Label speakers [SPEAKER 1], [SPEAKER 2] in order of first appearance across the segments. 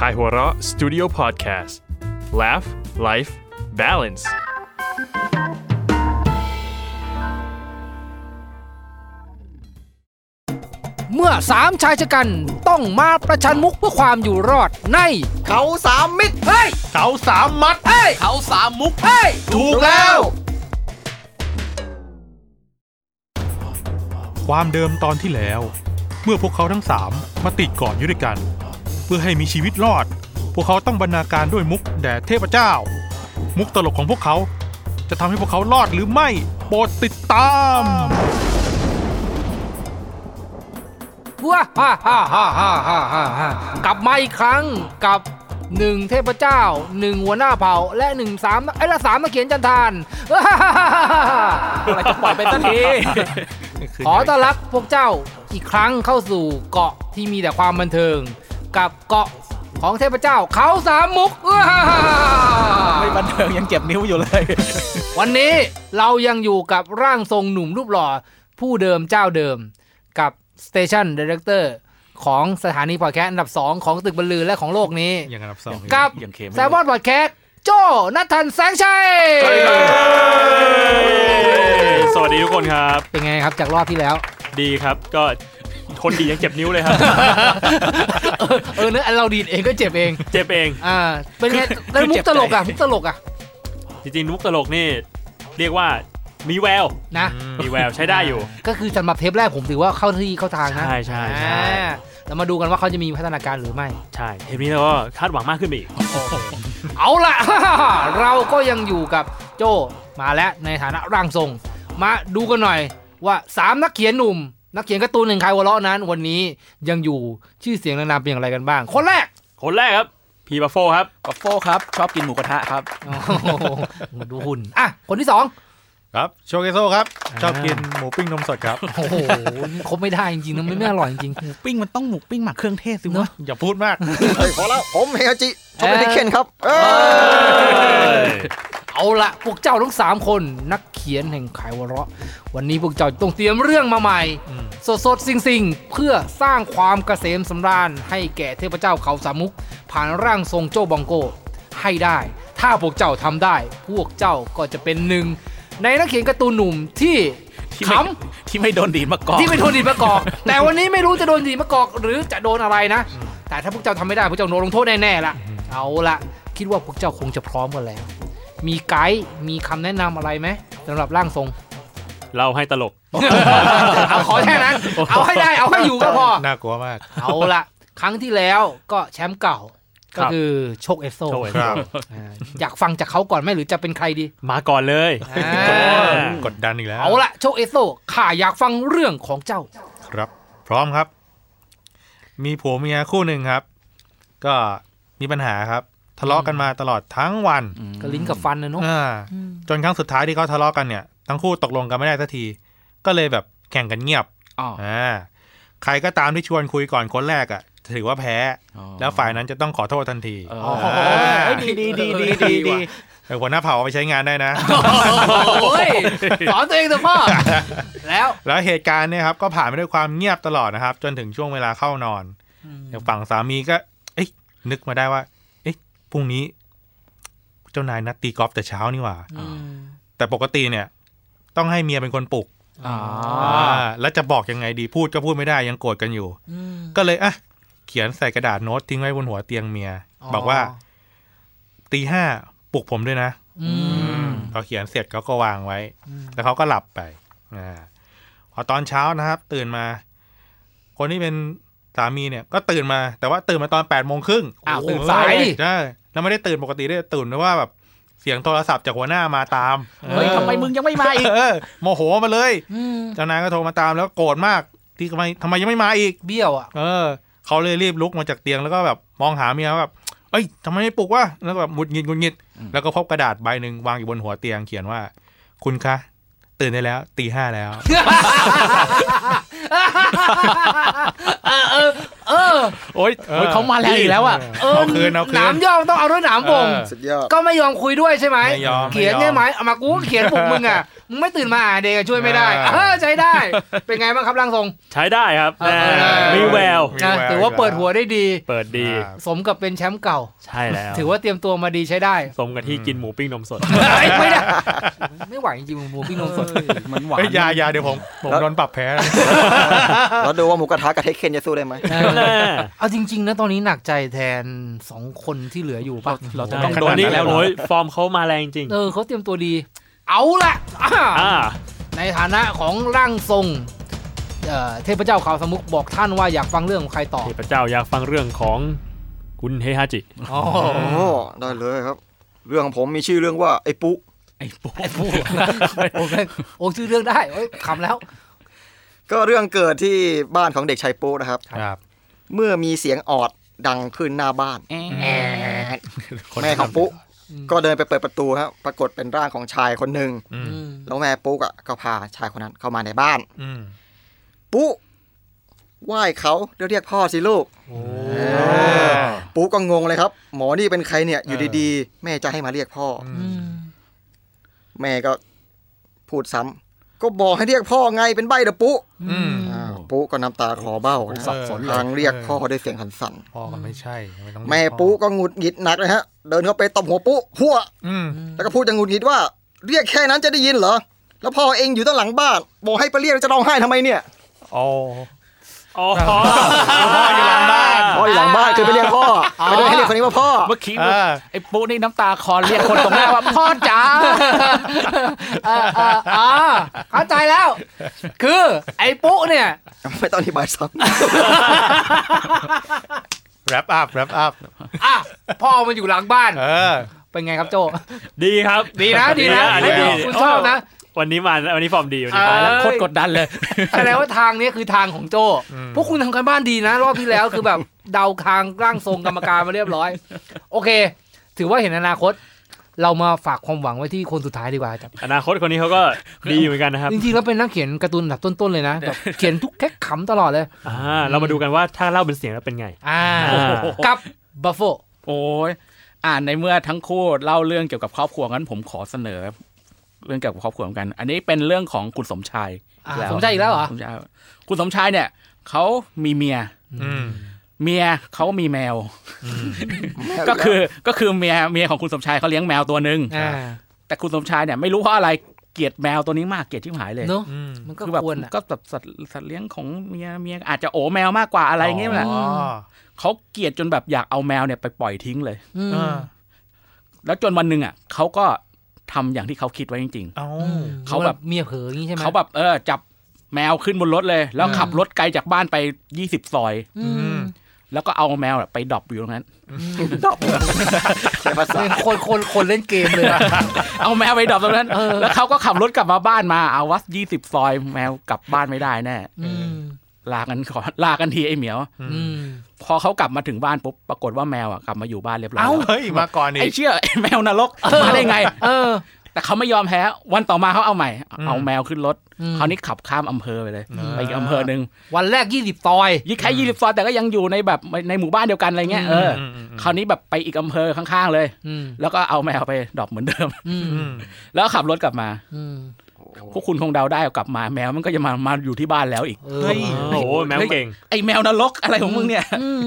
[SPEAKER 1] Kaihura Studio Podcast Laugh Life Balance
[SPEAKER 2] เมื่อสามชายชะกันต้องมาประชันมุกเพื่อความอยู่รอดใน
[SPEAKER 3] เขาสามมิตร
[SPEAKER 2] เฮ้ย
[SPEAKER 1] เขาสามมัด
[SPEAKER 2] เฮ้ย
[SPEAKER 3] เขาสามมุก
[SPEAKER 2] เฮ้ย
[SPEAKER 3] ถูกแล้ว
[SPEAKER 4] ความเดิมตอนที่แล้ว เมื่อพวกเขาทั้งสามมาติดก่อนอยู่ด้วยกัน เพื่อให้มีชีวิตรอด พวกเขาต้องบรรณาการด้วยมุกแด่เทพเจ้า มุกตลกของพวกเขา จะทำให้พวกเขารอดหรือไม่โปรดติดตาม
[SPEAKER 2] ว้าฮ่าฮ่าฮ่าฮ่าฮ่าฮ่าฮ่ากลับมาอีกครั้งกับหนึ่งเทพเจ้าหนึ่งหัวหน้าเผ่าและหนึ่งสามไอ้ยและสามมาเขียนจันทานว้าฮ่าฮ่าฮ่าฮ่าฮ่าอะไรจะปล่อยไปสักทีขอต้อนรับพวกเจ้าอีกครั้งเข้าสู่เกาะที่มีแต่ความบันเทิง กับเกาะของเทพเจ้าเขาสามมุกว้าฮ่าฮ่าฮ่า
[SPEAKER 3] ไม่บันเทิงยังเจ็บนิ้วอยู่เลย
[SPEAKER 2] วันนี้เรายังอยู่กับร่างทรงหนุ่มรูปหล่อผู้เดิมเจ้าเดิม กับสเตชันดีเรคเตอร์ของสถานีพอดแคสต์อันดับ 2 ของตึกบรรลือและของโลกนี้
[SPEAKER 4] อย่างอันดับสอง
[SPEAKER 2] กับ
[SPEAKER 3] ยังเค็ม
[SPEAKER 2] แซมมอนพอดแคสต์โจนัทธันแสงชัย
[SPEAKER 1] สวัสดีทุกคนครับ
[SPEAKER 2] เป็นไงครับจากรอบที่แล้ว
[SPEAKER 1] ดีครับ ก็คนดียังเจ็บนิ้ว เลยครับ
[SPEAKER 2] เออเออเนื้อะเราดีดเองก็เจ็บเอง
[SPEAKER 1] เจ็บเอง
[SPEAKER 2] อ่า เป็นไงแล้วมุกตลกอ่ะมุกตลกอ่ะ
[SPEAKER 1] จริงๆมุกตลกนี่ เรียกว่ามีแวว
[SPEAKER 2] นะ
[SPEAKER 1] มีแววใช้ได้อยู่
[SPEAKER 2] ก็คือสำหรับเทปแรกผมถือว่าเข้าที่เข้าทางนะ
[SPEAKER 1] ใช่ใช่ใช่
[SPEAKER 2] อ่าเรามาดูกันว่าเขาจะมีพัฒนาการหรือไม่
[SPEAKER 1] ใช่เทปนี้เราก็คาดหวังมากขึ้นไปอีก
[SPEAKER 2] เอาล่ะ เราก็ยังอยู่กับโจมาแล้วในฐานะร่างทรง มาดูกันหน่อยว่าสามนักเขียนหนุ่ม นักเขียนการ์ตูนแห่งคายหัวเราะนั้น วันนี้ยังอยู่ชื่อเสียงและนามเป็นอย่างไรกันบ้าง คนแรก
[SPEAKER 1] คนแรกครับ พีบัฟโฟครับ
[SPEAKER 3] กัฟโฟครับ ชอบกินหมูกระทะครับ
[SPEAKER 2] โอ้โหดูหุ่นอ่ะคนที่สอง
[SPEAKER 4] ครับโชเกโซครับ ชอบกินหมูปิ้งนมสดครับ
[SPEAKER 2] โอ้โหคบไม่ได้จริงๆนะไม่ไม่อร่อยจริง
[SPEAKER 3] หมูปิ้งมันต้องหมูปิ้งหมักเครื่องเทศสิ
[SPEAKER 2] เนอะ
[SPEAKER 3] วะ
[SPEAKER 4] อย่าพูดมาก
[SPEAKER 5] เฮ้ยพอแล้วผมเฮจิชอบเป็น
[SPEAKER 2] เอ่อ
[SPEAKER 5] ที่เคนครับเออ
[SPEAKER 2] ๆเอาละพวกเจ้าทั้งสามคนนักเขียนแห่งคายหัวเราะ วันนี้พวกเจ้าต้องเตรียมเรื่องมาใหม่ สดสดๆสิ่งสิ่งๆ เพื่อสร้างความเกษมสำราญให้แก่เทพเจ้าเขาสามมุก ผ่านร่างทรงโจบองโก ให้ได้ ถ้าพวกเจ้าทำได้ พวกเจ้าก็จะเป็นหนึ่ง ในนักเขียนการ์ตูนหนุ่มที่ขำ
[SPEAKER 3] ที่ไม่โดนดีดมาก่อน
[SPEAKER 2] ที่เป็นโดนดีดมะกอก แต่วันนี้ไม่รู้จะโดนดีดมะกอก หรือจะโดนอะไรนะ แต่ถ้าพวกเจ้าทำไม่ได้พวกเจ้าโดนลงโทษแน่ๆล่ะ เอาละคิดว่าพวกเจ้าคงจะพร้อมกันแล้ว มีไกด์มีคำแนะนำอะไรไหมสำหรับร่างทรง
[SPEAKER 1] เราให้ตลก
[SPEAKER 2] เอาขอแค่นั้น เอาให้ได้ เอาให้อยู่ก็พอ
[SPEAKER 4] น่ากลัวมาก
[SPEAKER 2] เอาละครั้งที่แล้วก็แชมป์เก่า
[SPEAKER 1] ครั
[SPEAKER 2] ก็
[SPEAKER 1] บ
[SPEAKER 2] คือโชคเอสโซ
[SPEAKER 1] โชว์
[SPEAKER 4] ครับ
[SPEAKER 2] อ่าอยากฟังจากเขาก่อนไหมหรือจะเป็นใครดี
[SPEAKER 1] มาก่อนเลย
[SPEAKER 2] อ่า
[SPEAKER 4] กดดันอีกแล้ว
[SPEAKER 2] เอาละโชคเอสโซข้าอยากฟังเรื่องของเจ้า
[SPEAKER 4] ครับ พร้อมครับ มีผัวเมียคู่หนึ่งครับ ก็มีปัญหาครับ ทะเลาะกันมาตลอดทั้งวัน
[SPEAKER 2] ก็ลิ้นกับฟันนะเนาะ
[SPEAKER 4] อ่าจนครั้งสุดท้ายที่เขาทะเลาะกันเนี่ย ทั้งคู่ตกลงกันไม่ได้สักที ก็เลยแบบแข่งกันเงียบ
[SPEAKER 2] อ๋อ
[SPEAKER 4] อ่าใครก็ตามที่ชวนคุยก่อนคนแรกอะ่ะถือว่าแพ้ แล้วฝ่ายนั้นจะต้องขอโทษทันที
[SPEAKER 3] อ๋อ
[SPEAKER 2] อ๋อเฮ้ยดีดีดีดีดีดี
[SPEAKER 4] เออหัวหน้าเผ่าเอาไปใช้งานได้นะ
[SPEAKER 2] โอ้ยสอนตัวเองเถอะพ่อ แล้ว
[SPEAKER 4] แล้วเหตุการณ์เนี่ยครับก็ผ่านไปด้วยความเงียบตลอดนะครับ จนถึงช่วงเวลาเข้านอนอย่างฝั่งสามีก็ เอ๊ะนึกมาได้ว่า เอ๊ะพรุ่งนี้ เจ้านายนัดตีกอล์ฟแต่เช้านี่หว่า แต่ปกติเนี่ย ต้องให้เมียเป็นคนปลุก
[SPEAKER 3] อ๋อ
[SPEAKER 4] อ่าแล้วจะบอกยังไงดีพูดก็พูดไม่ได้ยังโกรธกันอยู่ ก็เลยอ่ะเขียนใส่กระดาษโน้ตทิ้งไว้บนหัวเตียงเมีย
[SPEAKER 2] อ๋อ
[SPEAKER 4] บอกว่าตีห้าปลุกผมด้วยนะ
[SPEAKER 2] อืม
[SPEAKER 4] พอเขียนเสร็จเขาก็วางไว้ แล้วเขาก็หลับไปอาพอตอนเช้านะครับ ตื่นมา คนที่เป็นสามีเนี่ย ก็ตื่นมา แต่ว่าตื่นมาตอนแปดโมงครึ่ง
[SPEAKER 2] อ้าวตื่นสายดิ
[SPEAKER 4] ใช่แล้วไม่ได้ตื่นปกติด้วยตื่นเพราะว่าแบบเสียงโทรศัพท์จากหัวหน้ามาตาม
[SPEAKER 3] เฮ้ยทำไมมึงยังไม่มาอีก
[SPEAKER 4] เออโมโหมาเลย เจ้านายก็โทรมาตามแล้วโกรธมากที่ทำไมทำไมยังไม่มาอีก
[SPEAKER 2] เบี้ยวอ่ะ
[SPEAKER 4] เออเขาเลยรีบลุกมาจากเตียงแล้วก็แบบมองหาเมียว่าแบบเอ้ยทำไมไม่ปลุกวะแล้วก็แบบหงุดหงิดหงุดหงิด แล้วก็พบกระดาษใบหนึ่งวางอยู่บนหัวเตียงเขียนว่า คุณคะ ตื่นได้แล้วตีห้าแล้ว
[SPEAKER 2] เออ
[SPEAKER 3] โอ๊ยโอ๊ยเขามาแล้วอีกแล้วอ่ะ
[SPEAKER 2] เออ
[SPEAKER 4] เอาคืนเอาคืน
[SPEAKER 2] หนามย่อมต้องเอาด้วยหนามบ่ง
[SPEAKER 4] เออ
[SPEAKER 5] สุดยอด
[SPEAKER 2] ก็ไม่ยอมคุยด้วยใช่ไหม
[SPEAKER 4] ไม่ยอม
[SPEAKER 2] เขียน
[SPEAKER 4] ไม่ยอม
[SPEAKER 2] ใช่ไหมเอามากูก็เขียนปลุกมึงอ่ะ มึงไม่ตื่นมาอ่านเด็กอะช่วยไม่ได้
[SPEAKER 4] อ่า
[SPEAKER 2] เออใช้ได้ เป็นไงบ้างครับร่างทรง
[SPEAKER 1] ใช้ได้ครับ
[SPEAKER 2] เออ
[SPEAKER 1] แน่มีแวว
[SPEAKER 4] มี
[SPEAKER 2] นะ
[SPEAKER 4] แวว
[SPEAKER 2] ถือว่าเปิดหัวได้ดี
[SPEAKER 1] เปิดดี
[SPEAKER 4] อ่า
[SPEAKER 2] สมกับเป็นแชมป์เก่า
[SPEAKER 1] ใช่แล้ว
[SPEAKER 2] ถือว่าเตรียมตัวมาดีใช้ได้
[SPEAKER 1] สมกับที่กินหมูปิ้งนมสด
[SPEAKER 2] เฮ้ยไม่ได้ ไม่ไหวจริงๆหมูพี่นมสด
[SPEAKER 3] มันหวาน
[SPEAKER 4] เอ้ยยายาเดี๋ยวผมผมโดนปรับแพ้นะ
[SPEAKER 5] แล้วดูว่าหมูกระทะกับเทคเคนจะสู้ได้ไหม
[SPEAKER 2] เออเอาจริง ๆ นะตอนนี้หนักใจแทนสองคนที่เหลืออยู่ปะ
[SPEAKER 3] เราจะ
[SPEAKER 1] ใช่
[SPEAKER 3] ต้อง
[SPEAKER 1] ข
[SPEAKER 3] โดน
[SPEAKER 1] นาด
[SPEAKER 3] อี
[SPEAKER 1] นี้
[SPEAKER 3] กแล้วเหรอ
[SPEAKER 1] โอ้ยฟอร์มเขามาแรงจริง
[SPEAKER 2] เออเขาเตรียมตัวดี เอาละอ่า
[SPEAKER 1] อ่า
[SPEAKER 2] ในฐานะของร่างทรงเอ่อเทพเจ้าข่าวสมุกบอกท่านว่าอยากฟังเรื่องของใครต่อ
[SPEAKER 1] เทพเจ้าอยากฟังเรื่องของคุณเฮฮาจิ
[SPEAKER 2] อ๋อ
[SPEAKER 5] โอ้โหได้เลยครับ เรื่องของผมมีชื่อเรื่องว่าไอ้ปุ๊
[SPEAKER 3] ไอ้ปุ๊
[SPEAKER 2] ไอ้พูด โอ้ยโอ้ยชื่อเรื่องได้โอ้ยขำแล้ว
[SPEAKER 5] ก็เรื่องเกิดที่บ้านของเด็กชายปุ๊นะครับ
[SPEAKER 4] ครับ
[SPEAKER 5] เมื่อมีเสียงออดดังขึ้นหน้าบ้าน
[SPEAKER 3] แอ
[SPEAKER 5] แม่ของปุ๊
[SPEAKER 2] อืม
[SPEAKER 5] ก็เดินไปเปิดประตูครับ ปรากฏเป็นร่างของชายคนหนึ่ง
[SPEAKER 4] อืม
[SPEAKER 2] อืม
[SPEAKER 5] แล้วแม่ปุ๊กอะก็พาชายคนนั้นเข้ามาในบ้าน
[SPEAKER 4] อืม
[SPEAKER 5] ปุ๊ไหว้เขาแล้วเรียกพ่อสิลูก ปุ๊ก็งงเลยครับ หมอนี่เป็นใครเนี่ยอยู่ดีๆ แม่จะให้มาเรียกพ่ออ
[SPEAKER 2] อืม
[SPEAKER 5] แม่ก็พูดซ้ำก็บอกให้เรียกพ่อไงเป็นใบเดอปุ๊
[SPEAKER 4] อืม
[SPEAKER 5] อ่าปุ๊ก็น้ำตาคลอเบ้านะ
[SPEAKER 4] สับสนเลย
[SPEAKER 5] ทางเรียกพ่อด้วยเสียงสั่น
[SPEAKER 4] พ่อก็ไม่ใช่ไต้อง
[SPEAKER 5] ๆแม่ปุ๊ก็หงุดหงิดหนักเลยฮะ เดินเข้าไปตบหัวปุ๊หัว
[SPEAKER 4] อืม
[SPEAKER 5] แล้วก็พูดอย่างหงุดหงิดว่า เรียกแค่นั้นจะได้ยินเหรอ แล้วพ่อเองอยู่ตั้งหลังบ้าน บอกให้ไปเรียกแล้วจะร้องไห้ทำไมเนี่ย
[SPEAKER 4] โอ้
[SPEAKER 1] อ๋อ
[SPEAKER 4] พ่ออยู่หลังบ้าน
[SPEAKER 5] พ่ออยู่หลังบ้านคือไปเรียกพ่อไม่ได้ให้เรียกคนนี้ว่าพ่อ
[SPEAKER 3] เมื่อกี้
[SPEAKER 4] เออ
[SPEAKER 3] ไอ้ปุ๊นี่น้ำตาคลอเรียกคนตรงหน้าว่า พ่อจ๋า
[SPEAKER 2] เออเอออ่าเข้าใจแล้ว คือ ไอ้ปุ๊เนี่ย
[SPEAKER 5] ไม่ต้องอธิบายซ้ำ
[SPEAKER 4] wrap up wrap up
[SPEAKER 2] อ่ะพ่อมันอยู่หลังบ้าน
[SPEAKER 4] เออ
[SPEAKER 2] เป็นไงครับโจ
[SPEAKER 1] ดีครับ
[SPEAKER 2] ดีนะดีนะ
[SPEAKER 1] อั
[SPEAKER 2] ไอ้
[SPEAKER 4] ดี
[SPEAKER 2] นี่คุณชอบนะ
[SPEAKER 1] วันนี้มาวันนี้ฟอร์มดีวันนี้ฟอร์มดี
[SPEAKER 2] เออ
[SPEAKER 3] โคตรกดดันเลย
[SPEAKER 2] แสดงว่าทางเนี้ยคือทางของโจ
[SPEAKER 4] อืม
[SPEAKER 2] พวกคุณทำการบ้านดีนะ รอบที่แล้วคือแบบ เดาทางร่างทรงกรรมการมาเรียบร้อย โอเค ถือว่าเห็นอนาคต เรามาฝากความหวังไว้ที่คนสุดท้ายดีกว่าครับ
[SPEAKER 1] อนาคตคนนี้เขาก็ดีเหมือนกันนะครับ
[SPEAKER 2] จริงๆแล้วเป็นนักเขียนการ์ตูนอันดับต้นๆเลยนะแบบเขียนทุกแค่ขำตลอดเลย
[SPEAKER 1] อ่า เรามาดูกันว่าถ้าเล่าเป็นเสียงแล้วเป็นไง
[SPEAKER 2] อ่า
[SPEAKER 1] อ่า
[SPEAKER 2] กับบัฟโฟ
[SPEAKER 3] โอ้ยอ่านในเมื่อทั้งคู่เล่าเรื่องเกี่ยวกับครอบครัวงั้นผมขอเสนอ เรื่องเกี่ยวกับครอบครัวเหมือนกัน อันนี้เป็นเรื่องของคุณสมชาย
[SPEAKER 2] อ่า
[SPEAKER 3] แล้ว
[SPEAKER 2] สมชายอีกแล้วเหรอ
[SPEAKER 3] สมชายคุณสมชายเนี่ยเขามีเมีย
[SPEAKER 4] อืม
[SPEAKER 3] เมียเขามีแมว ก็คือก็คือเมียเมียของคุณสมชายเขาเลี้ยงแมวตัวหนึ่ง
[SPEAKER 2] อ่า
[SPEAKER 3] แต่คุณสมชายเนี่ยไม่รู้เพราะอะไรเกลียดแมวตัวนี้มากเกลียดชิบหายเลย
[SPEAKER 2] เนอะ
[SPEAKER 4] อืม
[SPEAKER 2] มันก็
[SPEAKER 3] คือแบบ
[SPEAKER 2] ควรอ่ะ
[SPEAKER 3] ก็แบบสัตว์สัตว์เลี้ยงของเมียเมียอาจจะโอแมวมากกว่าอะไรเงี้ยแหละ
[SPEAKER 4] อ๋อ
[SPEAKER 3] เขาเกลียดจนแบบอยากเอาแมวเนี่ยไปปล่อยทิ้งเลย
[SPEAKER 2] อืม
[SPEAKER 4] เออ
[SPEAKER 3] แล้วจนวันหนึ่งอ่ะเขาก็ทำอย่างที่เขาคิดไว้จริง
[SPEAKER 4] เอา
[SPEAKER 3] เขาแบบ
[SPEAKER 2] เมียเผลออย่างนี้ใช่ไห
[SPEAKER 3] ๆ
[SPEAKER 2] ม
[SPEAKER 3] เขาแบบเออจับแมวขึ้นบนรถเลย แล้วขับรถไกลจากบ้านไป 20 ซอย
[SPEAKER 2] อืม
[SPEAKER 3] แล้วก็เอาแมวไปดรอปอยู่ตรงนั้น
[SPEAKER 5] ใช้ภาษา
[SPEAKER 2] เป็นคนคนคนเล่นเกมเลยอะ
[SPEAKER 3] เอาแมวไปดรอปตรงนั้น
[SPEAKER 2] เออ
[SPEAKER 3] แล้วเขาก็ขับรถกลับมาบ้านมาเอาวัด20 ซอย แมวกลับบ้านไม่ได้แน่
[SPEAKER 2] อืม
[SPEAKER 3] ลากันขอนลากันทีไอ้เหมียว
[SPEAKER 2] อืม
[SPEAKER 3] พอเขากลับมาถึงบ้านปุ๊บปรากฏว่าแมวอ่ะกลับมาอยู่บ้านเรียบร้อย
[SPEAKER 2] เอ้า
[SPEAKER 3] แล้ว
[SPEAKER 4] เฮ้ยมาก่อนอี
[SPEAKER 3] ไอ้
[SPEAKER 4] ก
[SPEAKER 3] เชี่ยไอ้แมวนรกมาได้ไง
[SPEAKER 2] เออ
[SPEAKER 3] แต่เขาไม่ยอมแพ้วันต่อมาเขาเอาใหม่ เอาแมวขึ้นรถ
[SPEAKER 2] อืม
[SPEAKER 3] คราวนี้ขับข้ามอำเภอไปเลย
[SPEAKER 4] อ่า
[SPEAKER 3] ไปอีกอำเภอหนึ่ง
[SPEAKER 2] วันแรกยี่สิบซอย
[SPEAKER 3] ยี่แค่ยี่สิบซอยแต่ก็ยังอยู่ในแบบในหมู่บ้านเดียวกันอะไรเงี้ยเอออ
[SPEAKER 4] มอืมอืม
[SPEAKER 3] คราวนี้แบบไปอีกอำเภอข้างๆเลย
[SPEAKER 2] อืม
[SPEAKER 3] แล้วก็เอาแมวไปดรอปเหมือนเดิม
[SPEAKER 2] อืม
[SPEAKER 4] อืม
[SPEAKER 3] แล้วขับรถกลับมา
[SPEAKER 2] อืม
[SPEAKER 3] พวกคุณคงเดาได้กลับมาแมวมันก็จะมามาอยู่ที่บ้านแล้วอีก
[SPEAKER 2] เออ
[SPEAKER 4] เฮ้ย
[SPEAKER 1] โอ้โห แมวเก่ง
[SPEAKER 3] ไอแมวนรกอะไรของมึงเนี่ย
[SPEAKER 2] อืม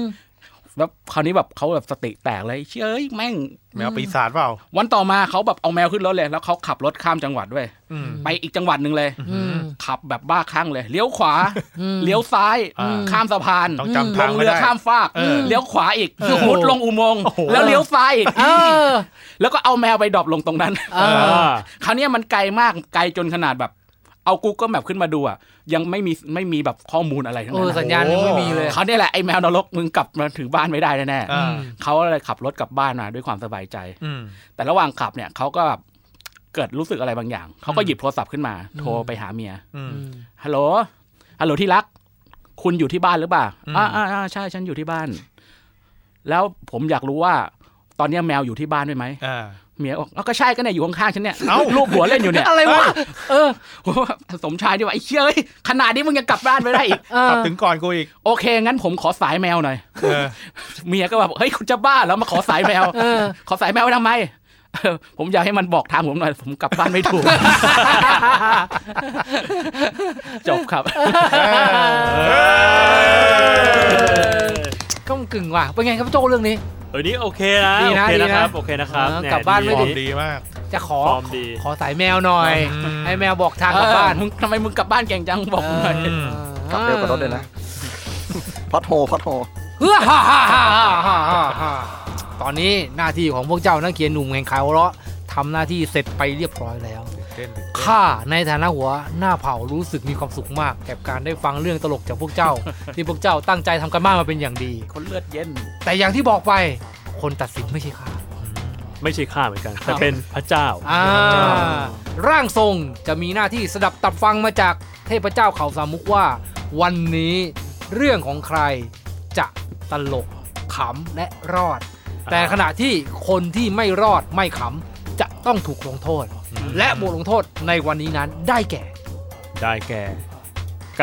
[SPEAKER 3] แล้วคราวนี้แบบเขาแบบสติแตกเลยเชื่ยเอยแม่ง
[SPEAKER 4] แมวปีศาจเปล่า
[SPEAKER 3] วันต่อมาเขาแบบเอาแมวขึ้นรถเลย แล้วเขาขับรถข้ามจังหวัดด้วย
[SPEAKER 4] อืม
[SPEAKER 3] ไปอีกจังหวัดหนึ่งเลย
[SPEAKER 2] อืม
[SPEAKER 3] ขับแบบบ้าคลั่งเลย เลี้ยวขวา
[SPEAKER 2] อืม
[SPEAKER 3] เลี้ยวซ้าย
[SPEAKER 4] อ่า
[SPEAKER 3] ข้ามสะพาน
[SPEAKER 4] ต้อง
[SPEAKER 2] อืม
[SPEAKER 4] จำ
[SPEAKER 3] ล
[SPEAKER 4] ทาง
[SPEAKER 3] ง
[SPEAKER 4] ไม่
[SPEAKER 3] เรือ
[SPEAKER 4] ได้
[SPEAKER 3] ข้ามฟาก
[SPEAKER 4] เออ
[SPEAKER 3] เลี้ยวขวาอีก
[SPEAKER 2] เออ
[SPEAKER 3] มุดลงอุโมงค์แล้วเลี้ยวซ้ายอีก
[SPEAKER 2] เออ
[SPEAKER 3] แล้วก็เอาแมวไปดรอปลงตรงนั้น
[SPEAKER 2] เอ
[SPEAKER 1] อ่
[SPEAKER 2] อา
[SPEAKER 3] คราวเนี้ยมันไกลมากไกลจนขนาดแบบ เอากูก็แบบขึ้นมาดูอ่ะ ยังไม่มีไม่มีแบบข้อมูลอะไรทั้ง
[SPEAKER 2] เอ
[SPEAKER 3] นั้
[SPEAKER 2] อนสัญญาณยังไม่มีเลย
[SPEAKER 3] เขาวเนี่ยแหละไอ้แมวนรกมึงกลับมาถึงบ้านไม่ได้แน่
[SPEAKER 4] อ่า
[SPEAKER 3] ๆเขาเลยขับรถกลับบ้านมาด้วยความสบายใจ
[SPEAKER 4] อืม
[SPEAKER 3] แต่ระหว่างขับเนี่ยเขาก็แบบเกิดรู้สึกอะไรบางอย่างเขาก็หยิบโทรศัพท์ขึ้นมา โทรไปหาเมีย
[SPEAKER 4] อืม
[SPEAKER 2] อืม
[SPEAKER 3] ฮัลโหล ฮัลโหลที่รัก คุณอยู่ที่บ้านหรือเปล่า
[SPEAKER 4] อืม
[SPEAKER 3] อ่าอ่าอ่าใช่ ฉันอยู่ที่บ้าน แล้วผมอยากรู้ว่า ตอนเนี้ยแมวอยู่ที่บ้านไหมไหม
[SPEAKER 4] อ่า
[SPEAKER 3] เมียบอกอ้าวก็ใช่ก็เนี่ยอยู่ข้างๆฉันเนี่ย
[SPEAKER 4] เอ้า
[SPEAKER 3] ลูกหัวเล่นอยู่เนี่ย
[SPEAKER 2] อะไรวะ
[SPEAKER 3] เออผมว่าสมชายดีกว่าไอ้เชื่ยเอ้ย ขนาดนี้มึงยังกลับบ้านไม่ได้อีก
[SPEAKER 2] เออ
[SPEAKER 4] ขับถึงก่อนกูอีก
[SPEAKER 3] โอเค งั้นผมขอสายแมวหน่อย
[SPEAKER 4] เออ
[SPEAKER 3] เมียก็แบบ เฮ้ย คุณจะบ้าแล้วมาขอสายแมว
[SPEAKER 2] เออ
[SPEAKER 3] ขอสายแมวไว้ทำไม ผมอยากให้มันบอกทางผมหน่อย ผมกลับบ้านไม่ถูก จบครับ
[SPEAKER 2] ก้ากึ่งว่ะเป็นไงครับพี่โจเรื่องนี้
[SPEAKER 1] เออนี่โอเคนะ
[SPEAKER 2] ดี
[SPEAKER 1] โอ
[SPEAKER 2] นะ
[SPEAKER 1] เคนะครับ
[SPEAKER 2] ดีนะ
[SPEAKER 1] โอเคนะครับ
[SPEAKER 2] เออ
[SPEAKER 1] แหม่
[SPEAKER 2] กลับบ้านไม่
[SPEAKER 4] ฟอร์ม
[SPEAKER 1] ดี
[SPEAKER 4] ดีมาก
[SPEAKER 2] จะขอ
[SPEAKER 1] ฟอร์มดี
[SPEAKER 2] ขอสายแมวหน่อย ให้แมวบอกทางกลับบ้าน
[SPEAKER 3] เออมึงทำไมมึงกลับบ้านเก่งจังบอกหน่อย
[SPEAKER 4] อืม
[SPEAKER 5] กลับเร็วกว่ารถเลยนะ พอดโฮพอดโฮ
[SPEAKER 2] เฮ้อฮ่าฮ่าฮ่าฮ่าฮ่าฮ่าตอนนี้หน้าที่ของพวกเจ้านักเขียนหนุ่มแห่งขายหัวเราะทำหน้าที่เสร็จไปเรียบร้อยแล้ว ข้าในฐานะหัวหน้าเผ่ารู้สึกมีความสุขมากกับการได้ฟังเรื่องตลกจากพวกเจ้า ที่พวกเจ้าตั้งใจทำกันบ้านมาเป็นอย่างดี
[SPEAKER 3] คนเลือดเย็น
[SPEAKER 2] แต่อย่างที่บอกไป คนตัดสินไม่ใช่ข้า
[SPEAKER 1] ไม่ใช่ข้าเหมือนกันแต่เป็นพระเจ้า
[SPEAKER 2] อ่าร่างทรงจะมีหน้าที่สดับตับฟังมาจากเทพเจ้าเขาสามมุกว่า วันนี้เรื่องของใครจะตลกขำและรอด แต่ขณะที่คนที่ไม่รอดไม่ขำจะต้องถูกลงโทษ และบทลงโทษในวันนี้นั้นได้แก่
[SPEAKER 1] ได้แก่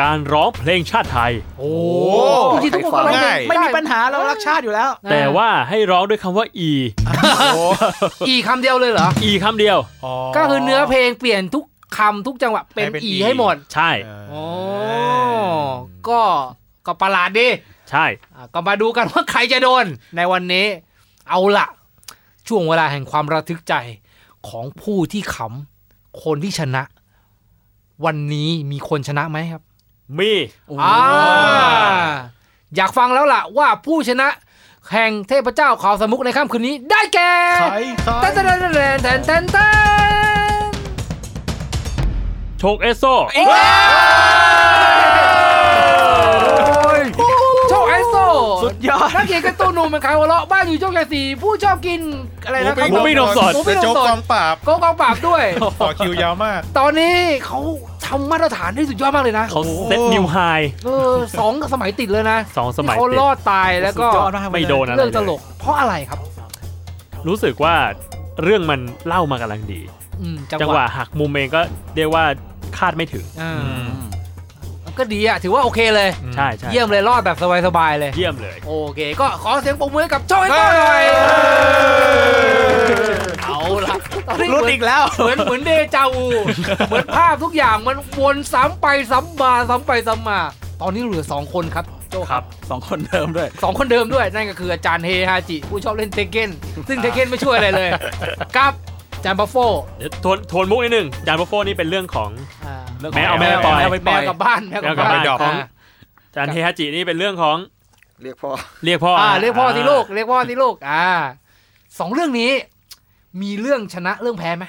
[SPEAKER 1] การร้องเพลงชาติไทย
[SPEAKER 2] โอ้
[SPEAKER 5] โอ้
[SPEAKER 2] ที่ทุกคน
[SPEAKER 4] ง่าย
[SPEAKER 6] ไม่มีปัญหาเรารักชาติอยู่แล้ว
[SPEAKER 1] แต่ว่าให้ร้องด้วยคำว่า อี
[SPEAKER 2] อีคำเดียวเลยเหรอ
[SPEAKER 1] อีคำเดียว
[SPEAKER 2] ก็คือเนื้อเพลงเปลี่ยนทุกคำทุกจังหวะเป็น
[SPEAKER 4] ให้เป็น
[SPEAKER 2] อี
[SPEAKER 4] E
[SPEAKER 2] ให้หมด
[SPEAKER 1] ใช่
[SPEAKER 2] โอ้ก็ก็ประหลาดดี
[SPEAKER 1] ใช่
[SPEAKER 2] อ่ะก็มาดูกันว่าใครจะโดน ในวันนี้ เอาละช่วงเวลาแห่งความระทึกใจของผู้ที่ขำคนที่ชนะ วันนี้มีคนชนะไหมครับ
[SPEAKER 1] มี
[SPEAKER 2] อ่าอยากฟังแล้วล่ะว่าผู้ชนะแห่งเทพเจ้าเขาวสมุกในค่ำคืนนี้ได้แก่
[SPEAKER 4] ใช่ใช่
[SPEAKER 2] แตนแตนแตนแตนแตนแตนแตน
[SPEAKER 1] โชคเอสโซ
[SPEAKER 2] โชคไอโซ
[SPEAKER 6] สุดยอด
[SPEAKER 2] นักเขียนการ์ตูนหนุ่มเป็นขายหัวเราะบ้านอยู่โชคชัยสี่ผู้ชอบกินอะไรนะครั
[SPEAKER 1] หมูปิ้งนมสด
[SPEAKER 2] หมู
[SPEAKER 4] แต่
[SPEAKER 2] ปิ้งน
[SPEAKER 4] โจ๊
[SPEAKER 2] ม
[SPEAKER 4] ก
[SPEAKER 2] ส
[SPEAKER 4] ก
[SPEAKER 2] ด
[SPEAKER 4] องปราบ
[SPEAKER 2] โกกองปราบด้วย
[SPEAKER 4] ต่อคิวยาวมาก
[SPEAKER 2] ตอนนี้เขาทำมาตรฐานได้สุดยอดมากเลยนะ
[SPEAKER 1] เขาเซตนิวไฮ
[SPEAKER 2] เออสองสมัยติดเลยนะ
[SPEAKER 1] สองสมัย
[SPEAKER 2] ที่เขา
[SPEAKER 1] ติด
[SPEAKER 2] รอดตายแล้วก็
[SPEAKER 6] สุดยอดมากเลย
[SPEAKER 1] ไม่โดนอะไร
[SPEAKER 2] เรื่องตล
[SPEAKER 1] เลย
[SPEAKER 2] ก เพราะอะไรครับ
[SPEAKER 1] รู้สึกว่าเรื่องมันเล่ามากำลังดี
[SPEAKER 2] อืม
[SPEAKER 1] จังหวะหักมุมเองก็เรียกว่าคาดไม่ถึง
[SPEAKER 2] อ่าก็ดีอ่ะ ถือว่าโอเคเลย
[SPEAKER 1] ใช่ใช่
[SPEAKER 2] เยี่ยมเลยรอดแบบสบายๆเลย
[SPEAKER 1] เยี่ยมเลย
[SPEAKER 2] โอเค ก็ขอเสียงปรบมือให้กับโชว์ให้ต่อหน่อยเอาละตอนนี้
[SPEAKER 6] รุดอีกแล้ว
[SPEAKER 2] เหมือนเหมือนเดจาวูเหมือนภาพทุกอย่างมันวนซ้ำไปซ้ำมาซ้ำไปซ้ำมา ตอนนี้เหลือ 2 คนครับโจ
[SPEAKER 1] ครับ
[SPEAKER 3] สองคนเดิมด้วย
[SPEAKER 2] สองคนเดิมด้วย นั่นก็คืออาจารย์เฮฮาจิ ผู้ชอบเล่นเทเก้นซึ่งเทเก้นไม่ช่วยอะไรเลยกับอาจารย์บัฟโฟ
[SPEAKER 1] เดี๋ยวทวนทวนมุกนิดนึงจานบัฟโฟนี่เป็นเรื่องของ
[SPEAKER 2] อ่า
[SPEAKER 3] เรื่องข
[SPEAKER 1] แม
[SPEAKER 3] ง
[SPEAKER 1] วเอาแมวไปปล่อย
[SPEAKER 3] แมวไป
[SPEAKER 2] แม
[SPEAKER 3] ปล่อ
[SPEAKER 2] วย กลับบ้านแมวกลับบ้าน
[SPEAKER 4] แมวกลับบ้านดอก
[SPEAKER 2] อ่า
[SPEAKER 1] จานเฮฮาจินี่เป็นเรื่องของ
[SPEAKER 5] เรียกพ่อ
[SPEAKER 1] เรียกพ่อ
[SPEAKER 2] อ่า
[SPEAKER 1] อ่า
[SPEAKER 2] เรียกพ่อสิลูกเรียกพ่อสิลูกอ่าสองเรื่องนี้ มีเรื่องชนะเรื่องแพ้ไหม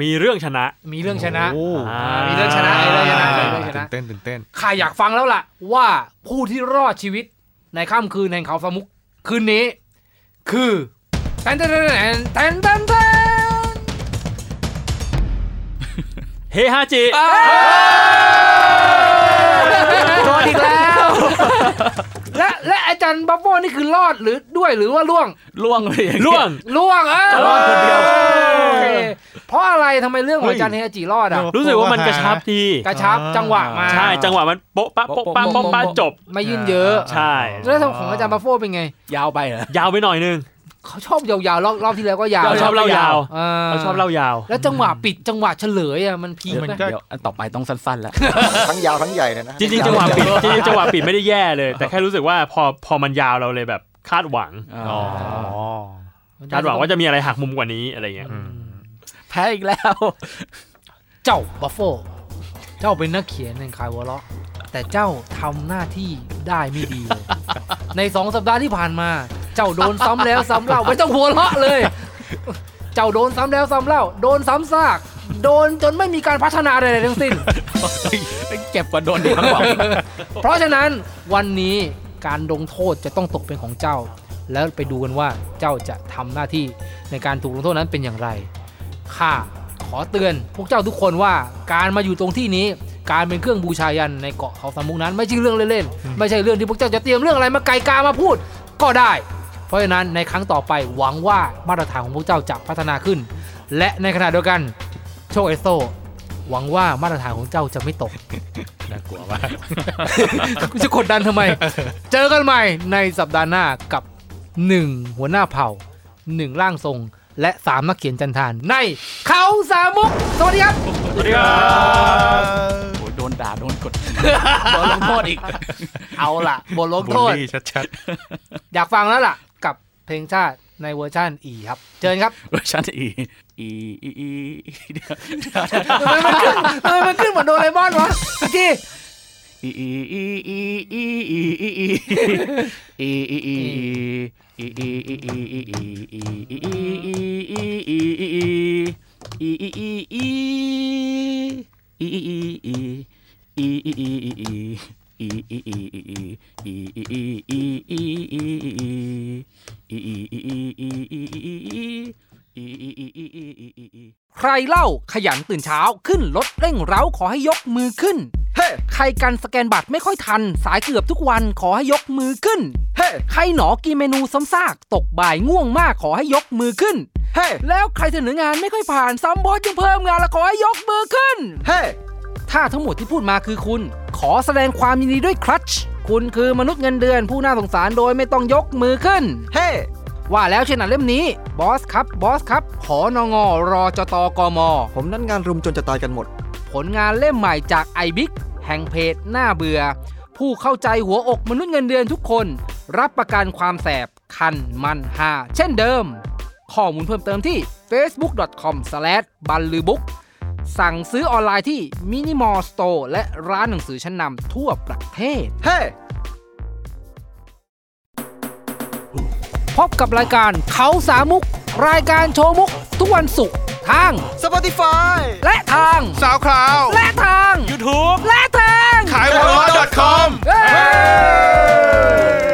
[SPEAKER 1] มีเรื่องชนะ
[SPEAKER 2] มีเรื่องชนะ
[SPEAKER 4] โอ้
[SPEAKER 1] อ่า
[SPEAKER 2] มีเรื่องชนะไอ้เรื่องชนะไอ้เรื่องช
[SPEAKER 4] ตื่
[SPEAKER 2] นะ
[SPEAKER 4] นเต้นตื่นเต้น
[SPEAKER 2] ข้าอยากฟังแล้วล่ะ ว่าผู้ที่รอดชีวิตในค่ำคืนแห่งเขาสมุกคืนนี้ คือแทนแทนแทนแทนแทนแทน
[SPEAKER 1] เฮฮาจิ
[SPEAKER 2] รอดอีกแล้ว และและอาจารย์บัฟโฟนี่คือรอดหรือด้วยหรือว่าล่วง
[SPEAKER 3] ล่วงเลยอย่างเงี้ย
[SPEAKER 1] ล่วง
[SPEAKER 2] ล่วงเออ
[SPEAKER 3] รอดคนเดียว
[SPEAKER 2] โอเคเพราะอะไรทำไมเรื่องของ
[SPEAKER 4] เฮ้ย
[SPEAKER 2] อาจารย์เฮฮาจิรอดอ่ะ
[SPEAKER 1] รู้สึกว่ามันกระชับดี
[SPEAKER 2] กระชับจังหวะมา
[SPEAKER 1] ใช่จังหวะมันโป๊ะปะโป๊ะปะโป๊ะปะจบ
[SPEAKER 2] ไม่ยื่นเยอะ
[SPEAKER 1] ใช่
[SPEAKER 2] แล้วของอาจารย์บัฟโฟเป็นไง
[SPEAKER 3] ยาวไปเหรอ
[SPEAKER 1] ยาวไปหน่อยนึง
[SPEAKER 2] เขาชอบยาวๆรอบรอบที่แล้วก็ยาว
[SPEAKER 1] เราชอบเล่ายาว
[SPEAKER 2] เรา
[SPEAKER 1] เราชอบเล่ายาว
[SPEAKER 2] แล้วจังหวะปิดจังหวะเฉลยอ่ะมันพีค
[SPEAKER 4] มั
[SPEAKER 2] ไหม
[SPEAKER 4] นก็
[SPEAKER 3] เดี๋ยวอันต่อไปต้องสั้นๆแล้ว
[SPEAKER 5] ทั้งยาวทั้งใหญ่เลยนะ
[SPEAKER 1] จริงๆจังหวะปิดจริงๆจังหวะปิดไม่ได้แย่เลย แต่แค่รู้สึกว่าพอพอมันยาวเราเลยแบบคาดหวัง
[SPEAKER 4] อ๋อ
[SPEAKER 1] คาดหวังว่าจะมีอะไรหักมุมกว่านี้อะไรเงี้ย
[SPEAKER 3] แพ้อีกแล้ว
[SPEAKER 2] เจ้าบัฟโฟเจ้าเป็นนักเขียนแห่งขายวอลเลาะแต่เจ้าทำหน้าที่ได้ไม่ดีเลย ในสองสัปดาห์ที่ผ่านมา เจ้าโดนซ้ำแล้วซ้ำเล่าไม่ต้องหัวเราะเลย เจ้าโดนซ้ำแล้วซ้ำเล่า โดนซ้ำซาก โดนจนไม่มีการพัฒนาใดๆทั้งสิ้น
[SPEAKER 3] เจ็บกว่าโดนดีกว่า
[SPEAKER 2] เพราะฉะนั้นวันนี้การลงโทษจะต้องตกเป็นของเจ้า แล้วไปดูกันว่าเจ้าจะทำหน้าที่ในการถูกลงโทษนั้นเป็นอย่างไรข้าขอเตือนพวกเจ้าทุกคนว่าการมาอยู่ตรงที่นี้ การเป็นเครื่องบูชายันในเกาะเขาสามมุกนั้น ไม่ใช่เรื่องเล่นๆ ไม่ใช่เรื่องที่พวกเจ้าจะเตรียมเรื่องอะไรมาไกลกามาพูดก็ได้ เพราะฉะนั้นในครั้งต่อไปหวังว่ามาตรฐานของพวกเจ้าจะพัฒนาขึ้น และในขณะเดียวกันโชคเอสโซหวังว่ามาตรฐานของเจ้าจะไม่ตก
[SPEAKER 4] น่ากลัวมาก
[SPEAKER 2] กูจะกดดันทำไม เจอกันใหม่ในสัปดาห์หน้ากับ 1 หัวหน้าเผ่า 1 ร่างทรง และสามนักเขียนจันทานในเขาสามมุก สวัสดีครับ
[SPEAKER 3] โอ้ยโดนด่าโดนกด โดนลงโทษอีก
[SPEAKER 2] เอาล่ะบทลง
[SPEAKER 4] บู
[SPEAKER 2] โท
[SPEAKER 4] ล
[SPEAKER 2] ษ
[SPEAKER 4] ลี่ชัด
[SPEAKER 2] อยากฟังแล้วล่ะ กับเพลงชาติในเวอร์ชันอีครับ เชิญครับ
[SPEAKER 3] เวอร์ชันอีอีอีอีเดี๋ยวเดี๋ยวเดี๋ยว
[SPEAKER 2] ทำไมมันขึ้นทำไมมันขึ้นเหมือนโดเรมอนวะจี
[SPEAKER 3] อีอีอีอีอีอีอีอีอีอีอีอีอีอีอีอีอีอีอีอีอีอีอีอีอีอีอีอีอีอีอีอีอีอีอีอีอีอีอีอีอีอี
[SPEAKER 2] ใครเล่าขยันตื่นเช้าขึ้นรถเร่งเร้าขอให้ยกมือขึ้น
[SPEAKER 5] เฮ้
[SPEAKER 2] ใครกันสแกนบัตรไม่ค่อยทัน สายเกือบทุกวันขอให้ยกมือขึ้น
[SPEAKER 5] เฮ้
[SPEAKER 2] ใครหนอกินเมนูซ้ำซากตกบ่ายง่วงมากขอให้ยกมือขึ้น
[SPEAKER 5] เฮ้
[SPEAKER 2] แล้วใครเสนองานไม่ค่อยผ่านซ้ำบอสยังเพิ่มงานและขอให้ยกมือขึ้น
[SPEAKER 5] เฮ้
[SPEAKER 2] ถ้าทั้งหมดที่พูดมาคือคุณ ขอแสดงความยินดีด้วยครัช คุณคือมนุษย์เงินเดือนผู้น่าสงสารโดยไม่ต้องยกมือขึ้น
[SPEAKER 5] เฮ้
[SPEAKER 2] ว่าแล้วเช่นหนังเล่มนี้ บอสครับ บอสครับ ขอนงรอจตกม
[SPEAKER 5] ผมนั่นงานรุมจนจะตายกันหมด
[SPEAKER 2] ผลงานเล่มใหม่จากไอบิกแห่งเพจหน้าเบื่อ ผู้เข้าใจหัวอกมนุษย์เงินเดือนทุกคน รับประกันความแสบ คันมันหา เช่นเดิม ข้อมูลเพิ่มเติมที่ facebook.com b a l l u b o o k สั่งซื้อออนไลน์ที่ Minimal Store และร้านหนังสือชั้นนำทั่วประเทศ
[SPEAKER 5] เฮ้
[SPEAKER 2] พบกับรายการเขาสามมุก รายการโชว์มุก ทุกวันศุกร์ทาง
[SPEAKER 5] Spotify
[SPEAKER 2] และทาง
[SPEAKER 4] ๆสาวคราว
[SPEAKER 2] และทาง
[SPEAKER 4] ยูทูบ
[SPEAKER 2] และทาง
[SPEAKER 4] ขายวอลล์ .com
[SPEAKER 2] เฮ้